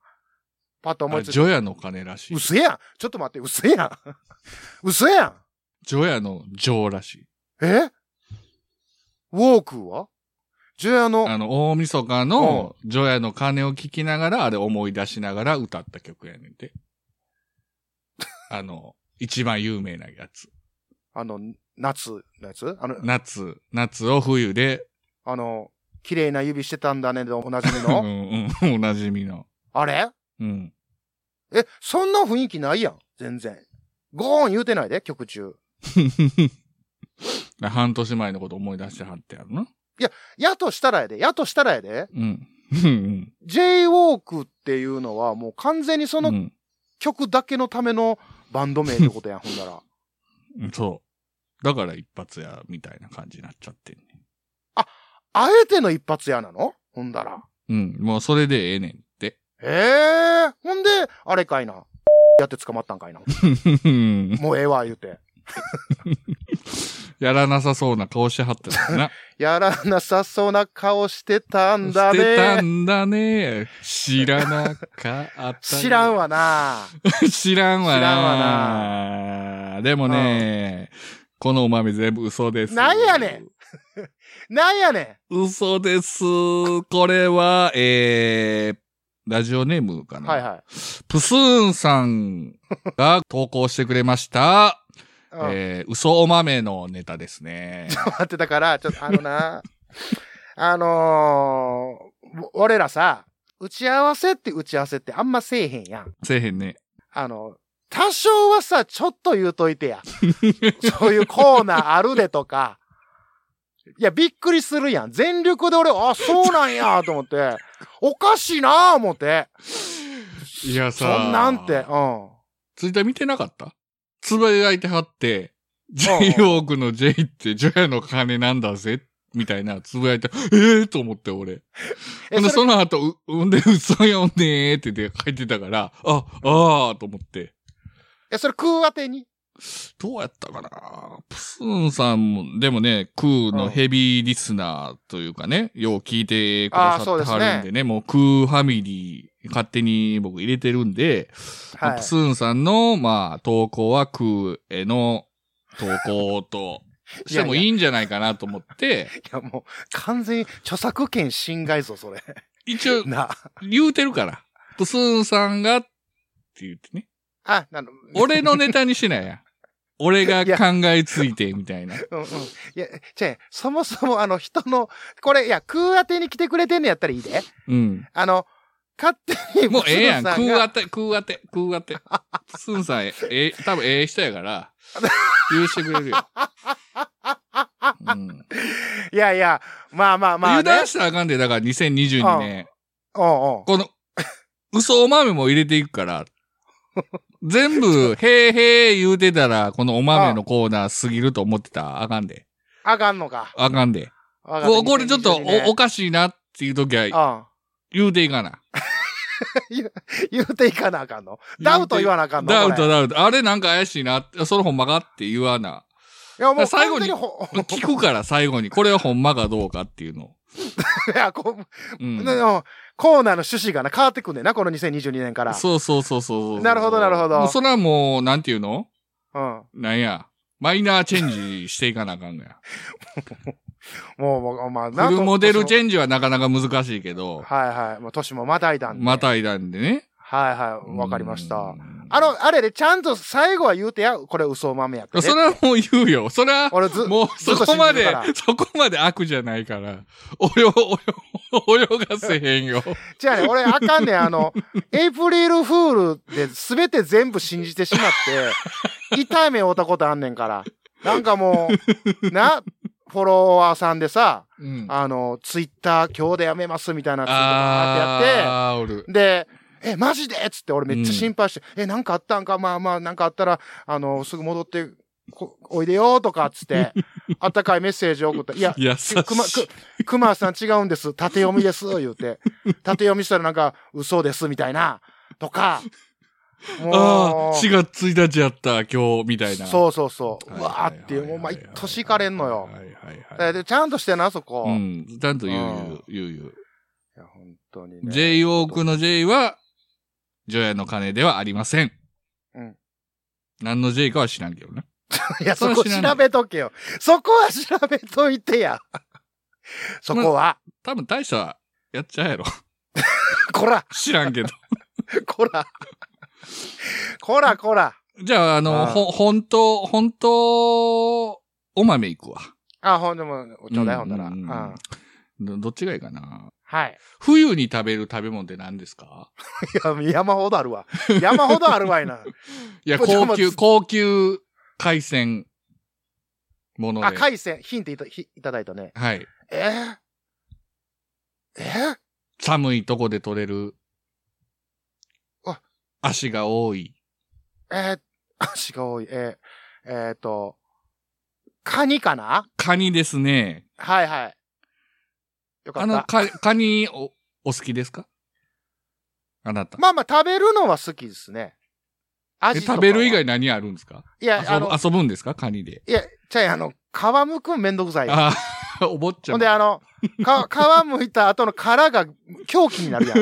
[SPEAKER 1] パッと思
[SPEAKER 2] あ
[SPEAKER 1] いつい
[SPEAKER 2] ジョヤの鐘らしい。
[SPEAKER 1] 嘘やんちょっと待って、嘘やん 嘘やん
[SPEAKER 2] ジョヤのジョーらしい。
[SPEAKER 1] えウォークはジョアの、
[SPEAKER 2] あの、大晦日のジョヤの鐘を聞きながら、あれ思い出しながら歌った曲やねん て。あの、一番有名なやつ。
[SPEAKER 1] あの、夏のやつあの、
[SPEAKER 2] 夏、夏を冬で、
[SPEAKER 1] あの、綺麗な指してたんだねでおなじみ
[SPEAKER 2] う
[SPEAKER 1] の。
[SPEAKER 2] んうん、おなじみの。
[SPEAKER 1] あれ
[SPEAKER 2] うん。
[SPEAKER 1] え、そんな雰囲気ないやん。全然。ゴーン言うてないで、曲中。
[SPEAKER 2] 半年前のこと思い出してはってやるな。
[SPEAKER 1] いや、やとしたらやで、やとしたらやで、
[SPEAKER 2] うん。うん。
[SPEAKER 1] J-Walk っていうのはもう完全にその曲だけのためのバンド名ってことやん、ほんなら。
[SPEAKER 2] うんそう。だから一発や、みたいな感じになっちゃってんね。
[SPEAKER 1] あえての一発屋なのほんだら。
[SPEAKER 2] うん。もうそれでええねんって。
[SPEAKER 1] ええほんで、あれかいな。 やって捕まったんかいな。 もうええわ、言うて。
[SPEAKER 2] やらなさそうな顔してはったしな。
[SPEAKER 1] やらなさそうな顔してたんだ
[SPEAKER 2] してた
[SPEAKER 1] ね。
[SPEAKER 2] んだね。知らなかった。
[SPEAKER 1] 知らんわ な。
[SPEAKER 2] 知らんわ
[SPEAKER 1] 知
[SPEAKER 2] な。
[SPEAKER 1] らん
[SPEAKER 2] でもね、このお豆全部嘘です。
[SPEAKER 1] なんやねん。なんやね
[SPEAKER 2] 嘘です。これは、えー、ラジオネームか
[SPEAKER 1] ん。
[SPEAKER 2] な。
[SPEAKER 1] はいはい。
[SPEAKER 2] プスーンさん が投稿してくれました。
[SPEAKER 1] うん
[SPEAKER 2] えー、嘘お豆のネタで すね。
[SPEAKER 1] 待ってたから、ちょっとあの な、あのーぼ俺らさ、打ち合わせって打ち合わせってあんませえへんやん。
[SPEAKER 2] せえへんね。
[SPEAKER 1] あの、多少はさ、ちょっと言うといて や。そういうコーナーあるでとか。いや、びっくりするやん。全力で俺、あ、そうなんや、と思って。おかしいな、思って。
[SPEAKER 2] いや
[SPEAKER 1] そ
[SPEAKER 2] さ、
[SPEAKER 1] んなんて、うん。
[SPEAKER 2] ツイッター見てなかったつぶやいてはって、J ウ
[SPEAKER 1] うんうん
[SPEAKER 2] ォークの J ってジョヤの金なんだぜ、みたいなつぶやいて、ええー、と思って俺。
[SPEAKER 1] え
[SPEAKER 2] ほんで、
[SPEAKER 1] そ
[SPEAKER 2] その後、う、んで、 嘘よねーってで書いてたから、あ、あーと思って。
[SPEAKER 1] え、それ空当てに
[SPEAKER 2] どうやったかなプスーンさんも、でもね、クーのヘビーリスナーというかね、よう聞いてくださってはるん
[SPEAKER 1] あーそうで
[SPEAKER 2] でね、もうクーファミリー、勝手に僕入れてるんで、
[SPEAKER 1] はい
[SPEAKER 2] プスーンさんの、まあ、投稿はクーへの投稿と
[SPEAKER 1] いやいや
[SPEAKER 2] してもいいんじゃないかなと 思って、
[SPEAKER 1] いや、もう、完全に著作権侵害ぞ、それ。
[SPEAKER 2] 一応、
[SPEAKER 1] な。
[SPEAKER 2] 言うてるから、プスーンさんがって言ってね、
[SPEAKER 1] あ、なの、
[SPEAKER 2] 俺のネタにしな いやん。俺が考えついて、みたいな。
[SPEAKER 1] うんうん。いや、じゃそもそもあの人の、これ、いや、空当てに来てくれてんのやったらいいで。
[SPEAKER 2] うん。
[SPEAKER 1] あの、勝手に、
[SPEAKER 2] もうええやん。
[SPEAKER 1] ブス
[SPEAKER 2] 食
[SPEAKER 1] の
[SPEAKER 2] う
[SPEAKER 1] さが
[SPEAKER 2] 当て、食う当て、食う当て。スンさん、ええ、多分ええ人 やから、許してくれるよ。うん、
[SPEAKER 1] いやいや、まあまあまあ、
[SPEAKER 2] 油
[SPEAKER 1] ね。
[SPEAKER 2] 断したらあかんで、だから2022年、
[SPEAKER 1] うんうん。
[SPEAKER 2] この、 嘘お豆も入れていくから、全部、へーへー言うてたら、このお豆のコーナーすぎると思ってたらあかんで。
[SPEAKER 1] あかんのか。
[SPEAKER 2] あかんで。
[SPEAKER 1] わかった
[SPEAKER 2] ここれちょっと
[SPEAKER 1] 2022年
[SPEAKER 2] おおかしいなっていう時は
[SPEAKER 1] うん。
[SPEAKER 2] 言うていかな。
[SPEAKER 1] 言うていかなあかんの。ダウト言わなあかんの。
[SPEAKER 2] ダウト
[SPEAKER 1] これ
[SPEAKER 2] ダウト。あれなんか怪しいな。それほんまかって言わな。
[SPEAKER 1] いやもう
[SPEAKER 2] 最後に
[SPEAKER 1] 完全
[SPEAKER 2] 聞くから最後に、これはほんまかどうかっていうのを。
[SPEAKER 1] ほいやこ
[SPEAKER 2] う。
[SPEAKER 1] うんうんコーナーの趣旨がな、変わってくんねんな、この2022年から。
[SPEAKER 2] そうそうそうそう。
[SPEAKER 1] なるほどなるほど
[SPEAKER 2] もうそれはもう、なんていうの
[SPEAKER 1] うん。も
[SPEAKER 2] なんや。マイナーチェンジしていかなあかんのや。
[SPEAKER 1] う、もう、まあ、
[SPEAKER 2] フルモデルチ
[SPEAKER 1] ン
[SPEAKER 2] ェンジはなかなか難しいけど、
[SPEAKER 1] はいはい。もう、年もまたいだんで。
[SPEAKER 2] またいだんでね。
[SPEAKER 1] はいはい。わかりました
[SPEAKER 2] う。ん
[SPEAKER 1] あの、あれで、ちゃんと最後は言うてや、これ嘘豆やってね。
[SPEAKER 2] それはもう言うよ。それは、
[SPEAKER 1] 俺ず、
[SPEAKER 2] もう
[SPEAKER 1] ずっ
[SPEAKER 2] そ
[SPEAKER 1] と
[SPEAKER 2] こま
[SPEAKER 1] 信じる
[SPEAKER 2] で
[SPEAKER 1] から、
[SPEAKER 2] そこまで悪じゃないから、泳、泳、 泳がせへんよ。
[SPEAKER 1] じゃあね、俺あかんねん、あの、エイプリルフールで全て全部信じてしまって、痛い目を負ったことあんねんから。なんかもう、な、フォロワーさんでさ、
[SPEAKER 2] うん。
[SPEAKER 1] あの、ツイッター今日でやめますみたいなツイートバーってやっ
[SPEAKER 2] あー、おる。
[SPEAKER 1] て、で、え、マジでっつって俺めっちゃ心配して、え、なんかあったんかまあまあ、なんかあったら、あの、すぐ戻って、こおいでよとかっつっ て、あったかいメッセージ送った。いや、
[SPEAKER 2] 優しい。
[SPEAKER 1] くま、く、くまさん違うんです。縦読みです。言うて。縦読みしたらなんか、嘘です、みたいな。とか。
[SPEAKER 2] ああ、4
[SPEAKER 1] う。
[SPEAKER 2] 月1日やった、今日、みたいな。
[SPEAKER 1] そうそうそう。
[SPEAKER 2] はいうはいはい
[SPEAKER 1] わーっていう、もう毎年行かれんのよ
[SPEAKER 2] はい。はい
[SPEAKER 1] だか
[SPEAKER 2] はい
[SPEAKER 1] らでちゃんとしてな、そこ。
[SPEAKER 2] う
[SPEAKER 1] い
[SPEAKER 2] ん。ちゃんと言
[SPEAKER 1] う、
[SPEAKER 2] うん言う、言う、
[SPEAKER 1] や、本当に
[SPEAKER 2] 言う。
[SPEAKER 1] ね。
[SPEAKER 2] J ウォークの J は、ジョヤの鐘ではありません。
[SPEAKER 1] うん。
[SPEAKER 2] 何の J かは知らんけどね。
[SPEAKER 1] いや、そ
[SPEAKER 2] そ
[SPEAKER 1] こ
[SPEAKER 2] れは知らない
[SPEAKER 1] 調べとけよ。そこは調べといてや。そこは。
[SPEAKER 2] 多分大した、やっちゃうやろ。
[SPEAKER 1] こら、
[SPEAKER 2] 知らんけど。
[SPEAKER 1] こら。こら、こら。
[SPEAKER 2] じゃあ、あの、
[SPEAKER 1] あー
[SPEAKER 2] ほ、本当本当お豆いくわ。
[SPEAKER 1] あ、ほんでも、ちょうだい、ほんなら。
[SPEAKER 2] う
[SPEAKER 1] うんん。
[SPEAKER 2] どどっちがいいかな。
[SPEAKER 1] はい。
[SPEAKER 2] 冬に食べる食べ物って何ですか
[SPEAKER 1] いや、山ほどあるわ。山ほどあるわいな。
[SPEAKER 2] いや、
[SPEAKER 1] これ
[SPEAKER 2] 高
[SPEAKER 1] じゃあ
[SPEAKER 2] 級、
[SPEAKER 1] ま
[SPEAKER 2] 高級海鮮もので。
[SPEAKER 1] あ、海鮮、ヒントいたひいただいたね。
[SPEAKER 2] はい。
[SPEAKER 1] えー、えー
[SPEAKER 2] 寒いとこで取れる
[SPEAKER 1] あ。
[SPEAKER 2] 足が多い。
[SPEAKER 1] えー、足が多い。えー、えーと、カニかな
[SPEAKER 2] カニですね。
[SPEAKER 1] はいはい。よか
[SPEAKER 2] あ
[SPEAKER 1] っ
[SPEAKER 2] の、
[SPEAKER 1] た。
[SPEAKER 2] カカニお、お好きですかあなた。
[SPEAKER 1] まあまあ、食べるのは好きですね。
[SPEAKER 2] で
[SPEAKER 1] 味とかは
[SPEAKER 2] 食べる以外何あるんですか
[SPEAKER 1] いや
[SPEAKER 2] 遊ぶ
[SPEAKER 1] あの
[SPEAKER 2] 遊ぶんですかカニで。
[SPEAKER 1] いや、ちゃい、あの、皮むくんめんどくさい。
[SPEAKER 2] ああ、 お坊ちゃ
[SPEAKER 1] ほん
[SPEAKER 2] ま。
[SPEAKER 1] で、あの、か、 皮むいた後の殻が狂気になるやん。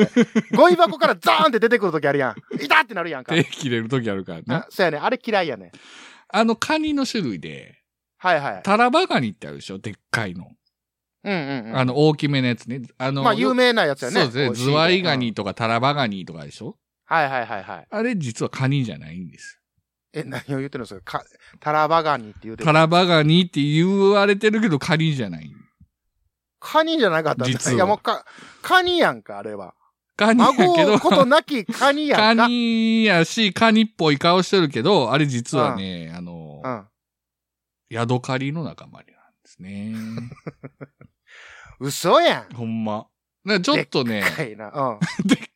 [SPEAKER 1] ゴミ箱からザーンって出てくるときあるやん。いたってなるやん か。
[SPEAKER 2] 手切れる時あるから
[SPEAKER 1] あ
[SPEAKER 2] な。
[SPEAKER 1] そうやね。あれ嫌いやね。
[SPEAKER 2] あの、カニの種類で、
[SPEAKER 1] はいはい。
[SPEAKER 2] タラバガニってあるでしょでっかいの。
[SPEAKER 1] うんうんうん。
[SPEAKER 2] あの、大きめのやつね。あの、
[SPEAKER 1] まあ、有名なやつやね。
[SPEAKER 2] そうです
[SPEAKER 1] 美
[SPEAKER 2] ね。
[SPEAKER 1] 味しい
[SPEAKER 2] ズワイガニとかタラバガニとかでしょ
[SPEAKER 1] はいはいはいはい。
[SPEAKER 2] あれ実はカニじゃないんです。
[SPEAKER 1] え、何を言ってるんですかかタラバガニって言うてる
[SPEAKER 2] タラバガニって言われてるけどカニじゃない。
[SPEAKER 1] カニじゃなかったんだ
[SPEAKER 2] 実はい
[SPEAKER 1] やもうか、カニやんか、あれは。
[SPEAKER 2] カニやけ
[SPEAKER 1] 孫
[SPEAKER 2] ど
[SPEAKER 1] う、ことなきカニや
[SPEAKER 2] カ
[SPEAKER 1] んか。
[SPEAKER 2] ニやし、カニっぽい顔してるけど、あれ実はね、あの、
[SPEAKER 1] うん。
[SPEAKER 2] ヤドカリの仲間なんですね。
[SPEAKER 1] 嘘やん。
[SPEAKER 2] ほんま。だからちょっとね、
[SPEAKER 1] かいな。うん。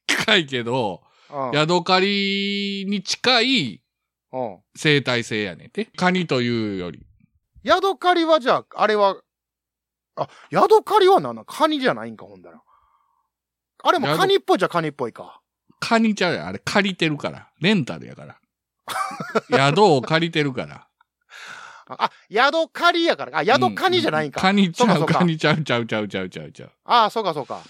[SPEAKER 2] 深いけど、
[SPEAKER 1] うん
[SPEAKER 2] ヤドカリに近い
[SPEAKER 1] うん。
[SPEAKER 2] 生態性やねんて。カニというより。
[SPEAKER 1] ヤドカリはじゃあ、あれは、あ、ヤドカリはなんなんカニじゃないんか、ほんだら。あれも
[SPEAKER 2] ヤド
[SPEAKER 1] カニっぽいじゃカニっぽいか。
[SPEAKER 2] カニちゃうやんあれ借りてるから。レンタルや から。宿を借りてるから。
[SPEAKER 1] あ、あヤドカリやから。あ、ヤドカニじゃないんか。
[SPEAKER 2] カニち
[SPEAKER 1] そう
[SPEAKER 2] ゃ
[SPEAKER 1] か
[SPEAKER 2] う、
[SPEAKER 1] そうか
[SPEAKER 2] カニちゃうちゃうちゃうちゃうちゃうちゃう。
[SPEAKER 1] ああ、そうかそうか。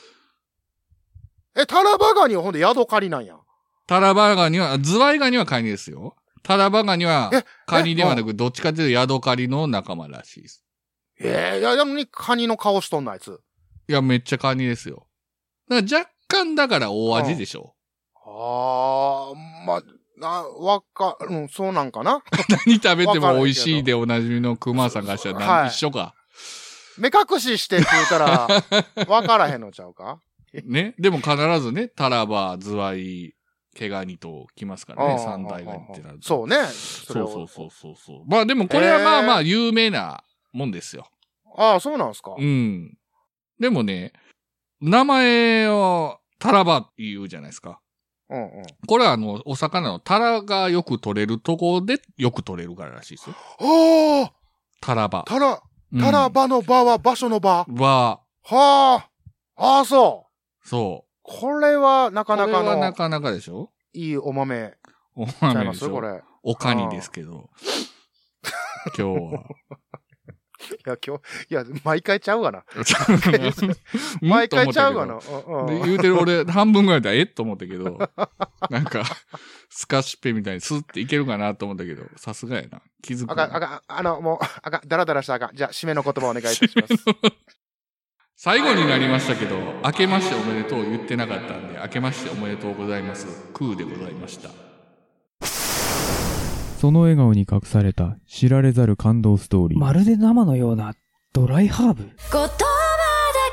[SPEAKER 1] え、タラバガニはほんでヤドカリなんや。
[SPEAKER 2] タラバガニは、ズワイガニはカニですよ。タラバガニは
[SPEAKER 1] え
[SPEAKER 2] カニではなく、どっちかというとヤドカリの仲間らしいです。
[SPEAKER 1] ええいや、なのにカニの顔しとんな、あいつ。
[SPEAKER 2] いや、めっちゃカニですよ。だから若干だから大味でしょ。
[SPEAKER 1] ああ、ま、な、わか、うん、そうなんかな。
[SPEAKER 2] 何食べて
[SPEAKER 1] わか
[SPEAKER 2] も
[SPEAKER 1] らんけど
[SPEAKER 2] 美味しいでおなじみのクマさんがしたら
[SPEAKER 1] はい
[SPEAKER 2] 何一緒か。
[SPEAKER 1] 目隠しして食うたら、 わからへんのちゃうか
[SPEAKER 2] ね。でも必ずね、タラバ、ズワイ、毛ガニと来ますから
[SPEAKER 1] うん
[SPEAKER 2] ね、三大ガニってなると。
[SPEAKER 1] そうね。
[SPEAKER 2] そ
[SPEAKER 1] それを
[SPEAKER 2] うそうそうそうそう。まあでもこれはまあまあ
[SPEAKER 1] え
[SPEAKER 2] 有名なもんですよ。
[SPEAKER 1] ああ、そうなんすか。
[SPEAKER 2] うん。でもね、名前をタラバって言うじゃないですか。
[SPEAKER 1] うんうん。
[SPEAKER 2] これはあの、お魚のタラがよく取れるとこでよく取れるかららしいですよ。
[SPEAKER 1] おー
[SPEAKER 2] タラバ。
[SPEAKER 1] タラ、
[SPEAKER 2] うん
[SPEAKER 1] タラ場の場は場所の場。
[SPEAKER 2] は、
[SPEAKER 1] はあ。ああ、そう。
[SPEAKER 2] そう。
[SPEAKER 1] これはなかなか
[SPEAKER 2] これはな
[SPEAKER 1] の
[SPEAKER 2] かなかでしょ
[SPEAKER 1] いいお豆
[SPEAKER 2] お
[SPEAKER 1] ちゃい
[SPEAKER 2] 豆
[SPEAKER 1] ま
[SPEAKER 2] でし
[SPEAKER 1] すこ
[SPEAKER 2] ょ
[SPEAKER 1] れ。い
[SPEAKER 2] おかにですけど。今日は。
[SPEAKER 1] や、今日、いや、毎回ちゃうわな。
[SPEAKER 2] 毎
[SPEAKER 1] 毎回ちゃうわな。うんうん
[SPEAKER 2] で言うてる俺、半分ぐらいだ、えっと思ったけど、なんか、スカシッペみたいにスッていけるかなと思ったけど、さすがやな。気づく
[SPEAKER 1] あかん、あ
[SPEAKER 2] な。
[SPEAKER 1] かん、あの、もう、 あかん、だらだらしたらあかん。じゃあ、締めの言葉お願いいたします。
[SPEAKER 2] 最後になりましたけど、明けましておめでとう言ってなかったんで、明けましておめでとうございます。クーでございました。
[SPEAKER 13] その笑顔に隠された知られざる感動ストーリー。
[SPEAKER 14] まるで生のようなドライハーブ
[SPEAKER 15] 言葉だ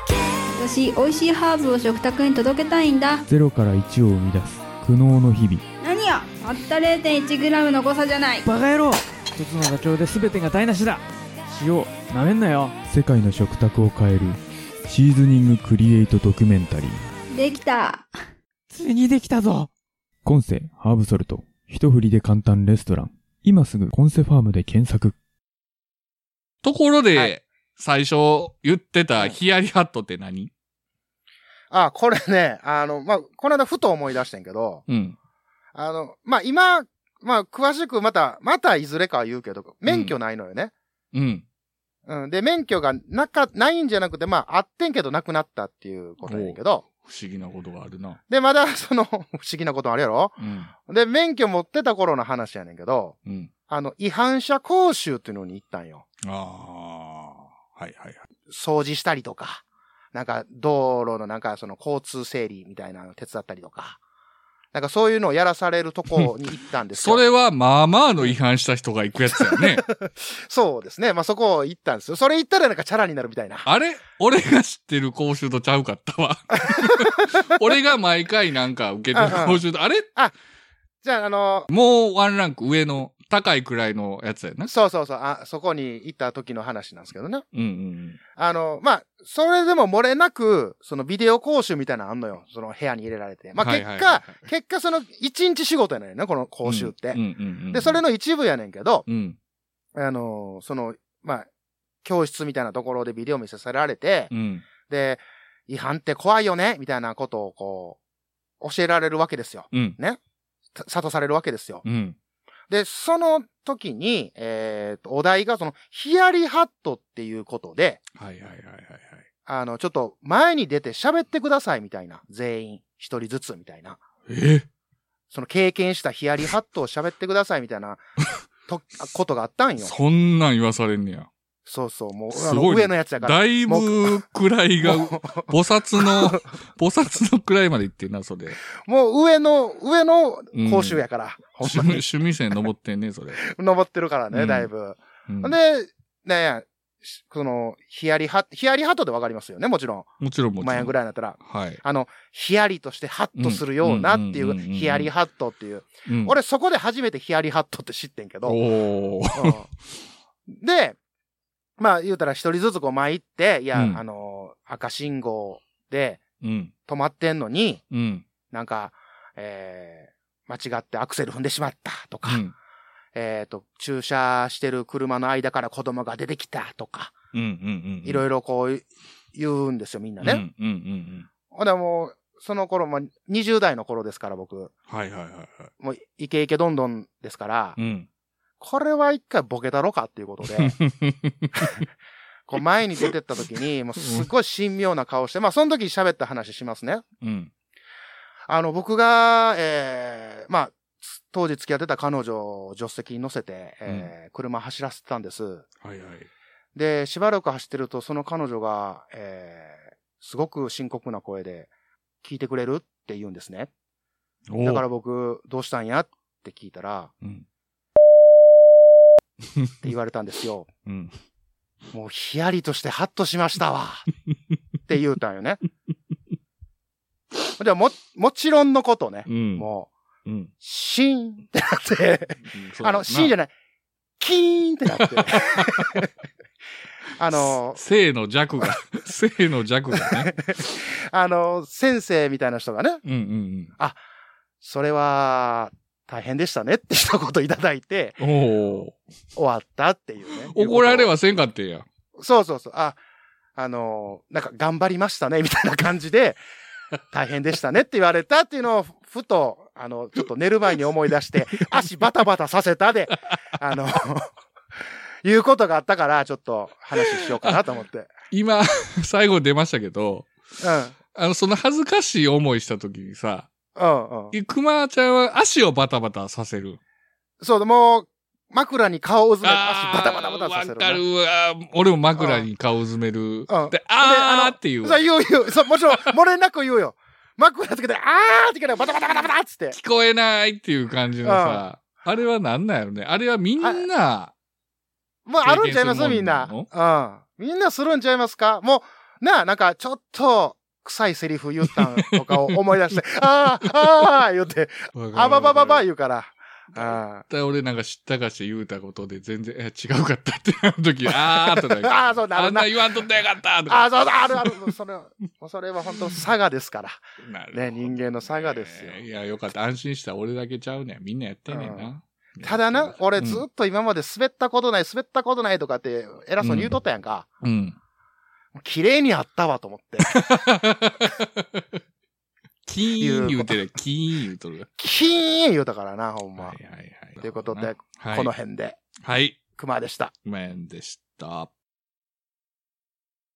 [SPEAKER 15] けよし美味しいハーブを食卓に届けたいんだ
[SPEAKER 13] ゼロから1を生み出す苦悩の日々。
[SPEAKER 15] 何よたった 0.1g の誤差じゃない
[SPEAKER 14] バカ野郎一つの妥協で全てが台無しだ塩なめんなよ
[SPEAKER 13] 世界の食卓を変えるシーズニングクリエイトドキュメンタリー。
[SPEAKER 15] できた
[SPEAKER 14] ついにできたぞ
[SPEAKER 13] 今世ハーブソルト。一振りで簡単レストラン。今すぐコンセファームで検索。
[SPEAKER 2] ところで、最初言ってたヒヤリハットって何
[SPEAKER 1] あ、これね、あの、まあ、この間ふと思い出してんけど、
[SPEAKER 2] うん。
[SPEAKER 1] あの、まあ、今、まあ、詳しくまた、またいずれかは言うけど、免許ないのよね。
[SPEAKER 2] うん。
[SPEAKER 1] うん。で、免許がなか、ないんじゃなくて、まあ、あってんけどなくなったっていうことやねんけど、
[SPEAKER 2] 不思議なことがあるな。
[SPEAKER 1] で、まだ、 その、不思議なことあるやろ
[SPEAKER 2] うん。
[SPEAKER 1] で、免許持ってた頃の話やねんけど、
[SPEAKER 2] うん。
[SPEAKER 1] あの、違反者講習っていうのに行ったんよ。
[SPEAKER 2] ああ。はいはいはい。
[SPEAKER 1] 掃除したりとか、なんか、道路のなんか、その、交通整理みたいなの手伝ったりとか、なんかそういうのをやらされるとこに行ったんです よ。
[SPEAKER 2] それはまあまあの違反した人が行くやつやね。
[SPEAKER 1] そうですね。まあそこを行ったんですよ。それ行ったらなんかチャラになるみたいな。
[SPEAKER 2] あれ俺が知ってる講習とちゃうかっ たわ。俺が毎回なんか受けてる講習と、あれ
[SPEAKER 1] じゃあ、あの、
[SPEAKER 2] もうワンランク上の高いくらいのやつやな。
[SPEAKER 1] そうそうそう、あ、そこに行った時の話なんですけどね。
[SPEAKER 2] うんうん
[SPEAKER 1] あの、まあ、それでも漏れなく、そのビデオ講習みたいなのあんのよ。その部屋に入れられて。まあ、
[SPEAKER 2] はい
[SPEAKER 1] 結
[SPEAKER 2] はいはい
[SPEAKER 1] 果、結果その一日仕事やねんな、この講習って。
[SPEAKER 2] うん。うんうんうん。
[SPEAKER 1] で、それの一部やねんけど、
[SPEAKER 2] うん。
[SPEAKER 1] あの、その、まあ、教室みたいなところでビデオ見せされられて、
[SPEAKER 2] うん。
[SPEAKER 1] で、違反って怖いよねみたいなことをこう、教えられるわけですよ。
[SPEAKER 2] うん。
[SPEAKER 1] ねさ諭されるわけですよ。
[SPEAKER 2] うん。
[SPEAKER 1] で、その時に、えーと、お題がその、ヒヤリハットっていうことで、
[SPEAKER 2] はいはいはいはい。
[SPEAKER 1] あの、ちょっと前に出て喋ってくださいみたいな。全員、一人ずつみたいな。
[SPEAKER 2] え
[SPEAKER 1] その経験したヒヤリハットを喋ってくださいみたいな、 と、あことがあったんよ。
[SPEAKER 2] そんなん言わされんねや。
[SPEAKER 1] そうそう、もう、
[SPEAKER 2] す
[SPEAKER 1] あの
[SPEAKER 2] ごい、ね。
[SPEAKER 1] 上のやつやから。
[SPEAKER 2] だい
[SPEAKER 1] もう
[SPEAKER 2] ぶ位が、
[SPEAKER 1] もう
[SPEAKER 2] 菩薩の、菩薩の位まで行ってんな、それ。
[SPEAKER 1] もう上の、上の
[SPEAKER 2] うん
[SPEAKER 1] 講習やから。ほん
[SPEAKER 2] 趣味、
[SPEAKER 1] まに。
[SPEAKER 2] 趣味線登ってんね、それ。
[SPEAKER 1] 登ってるから
[SPEAKER 2] う
[SPEAKER 1] ね、
[SPEAKER 2] ん
[SPEAKER 1] だいぶ。
[SPEAKER 2] うん
[SPEAKER 1] で、ねや、しその、ヒヤリハット、ヒヤリハットでわかりますよね、もちろん。
[SPEAKER 2] もちろんもちろん。
[SPEAKER 1] マヤぐらいだったら。
[SPEAKER 2] はい。
[SPEAKER 1] あの、ヒヤリとしてハッとするようなっていうう、
[SPEAKER 2] んうんうんうん
[SPEAKER 1] ヒヤリハットっていう。
[SPEAKER 2] うん
[SPEAKER 1] 俺そこで初めてヒヤリハットって知ってんけど。
[SPEAKER 2] おー。
[SPEAKER 1] うんで、まあ言うたら一人ずつこう前行って、いや、
[SPEAKER 2] うん
[SPEAKER 1] あの、赤信号で
[SPEAKER 2] うん。
[SPEAKER 1] 止まってんのに、
[SPEAKER 2] うん。
[SPEAKER 1] なんか、えー、間違ってアクセル踏んでしまったとか、
[SPEAKER 2] うん
[SPEAKER 1] えっ、と、駐車してる車の間から子供が出てきたとか、
[SPEAKER 2] うんうんうん。
[SPEAKER 1] いろ
[SPEAKER 2] い
[SPEAKER 1] いろこう言うんですよ、みんな
[SPEAKER 2] ろ
[SPEAKER 1] ね。
[SPEAKER 2] うんうんうん
[SPEAKER 1] ほんでもう、その頃、まあ、20代の頃ですから、僕。
[SPEAKER 2] うん。はいはいはいはい。
[SPEAKER 1] もう、イケイケどんどんですから、
[SPEAKER 2] うん。
[SPEAKER 1] これは一回ボケだろかっていうことで、 こう前に出てった時に、もうすごい神妙な顔して、まあ、その時喋った話しますね。
[SPEAKER 2] うん。
[SPEAKER 1] あの、僕が、えーまあ、つ当時付き合ってた彼女を助手席に乗せて、えー車走らせてたんです。
[SPEAKER 2] はいはい。
[SPEAKER 1] で、しばらく走ってると、その彼女が、えーすごく深刻な声で、聞いてくれるって言うんですね。
[SPEAKER 2] おー
[SPEAKER 1] だから僕、どうしたんやって聞いたら、
[SPEAKER 2] うん
[SPEAKER 1] って言われたんですよ。
[SPEAKER 2] うん。
[SPEAKER 1] もうヒヤリとしてハッとしましたわ。って言うたんよね。でも、ももちろんのことね。
[SPEAKER 2] うん
[SPEAKER 1] もう、
[SPEAKER 2] うん
[SPEAKER 1] シーンってなって、
[SPEAKER 2] そうだ
[SPEAKER 1] あの、シーンじゃない、キーンって なって。あの、
[SPEAKER 2] 性の弱が、性の弱がね。
[SPEAKER 1] あの、先生みたいな人がね、
[SPEAKER 2] うんうん
[SPEAKER 1] あ、それは、大変でしたねって一言いただいて、
[SPEAKER 2] うん。おー。
[SPEAKER 1] 終わったっていうね。
[SPEAKER 2] 怒られはせんかってんや。
[SPEAKER 1] そうそうそう。あ、あのーなんか頑張りましたね、みたいな感じ で、大変でしたねって言われたっていうのを、ふと、あの、ちょっと寝る前に思い出 して、足バタバタさせたで、あの、いうことがあったから、ちょっと話しようかなと思って。う ん。
[SPEAKER 2] 今、最後出ましたけど、あの、その恥ずかしい思いした時にさ、
[SPEAKER 1] うんうん。
[SPEAKER 2] 熊ちゃんは足をバタバタさせる。
[SPEAKER 1] そう、もう、枕に顔をうずめて、足バタバタバタさせ
[SPEAKER 2] わ
[SPEAKER 1] る
[SPEAKER 2] か
[SPEAKER 1] な。
[SPEAKER 2] るわ。俺も枕に顔うずめる。
[SPEAKER 1] うん。
[SPEAKER 2] で、あーっていう。
[SPEAKER 1] そう、言う言う。そう、もち ろん、漏れなく言うよ。枕つけて、あーって言うから、バタバタバタバタっつ って。
[SPEAKER 2] 聞こえないっていう感じのさ、あれはなんなんやろね。あれはみんな、
[SPEAKER 1] もうあるんちゃいます
[SPEAKER 2] 経験するもん
[SPEAKER 1] みんな。
[SPEAKER 2] なの
[SPEAKER 1] うん。みんなするんちゃいますかもう、なあ、なんかちょっと、臭いセリフ言ったんとかを思い出 して、あーああ言って、
[SPEAKER 2] わかる
[SPEAKER 1] あばばばば言うから。あ
[SPEAKER 2] 絶対俺なんか知ったかして言うたことで全然、え違うかったってなると き、あーとか言う。
[SPEAKER 1] あーそうなるな
[SPEAKER 2] あんな言わんとったらよかったとか。
[SPEAKER 1] あー、そうだ、あるある。それは、もうそれは本当、差がです から。
[SPEAKER 2] なる
[SPEAKER 1] ね、人間の差がですよ。
[SPEAKER 2] ねいや、よかった。安心した。俺だけちゃうねん。みんなやってんねんな。
[SPEAKER 1] ただな、俺ず
[SPEAKER 2] うん
[SPEAKER 1] っと今まで滑ったことない、滑ったことないとかって偉そうに言うとったやんか。
[SPEAKER 2] うん。
[SPEAKER 1] 綺麗にあったわと思って。
[SPEAKER 2] キーン言うてる。キーン言うとる。
[SPEAKER 1] キーン言うたからな、ほんま。
[SPEAKER 2] はいはいはい。
[SPEAKER 1] ということで、
[SPEAKER 2] はい
[SPEAKER 1] この辺で、
[SPEAKER 2] はい。
[SPEAKER 1] 熊でした。
[SPEAKER 2] ごめんでした。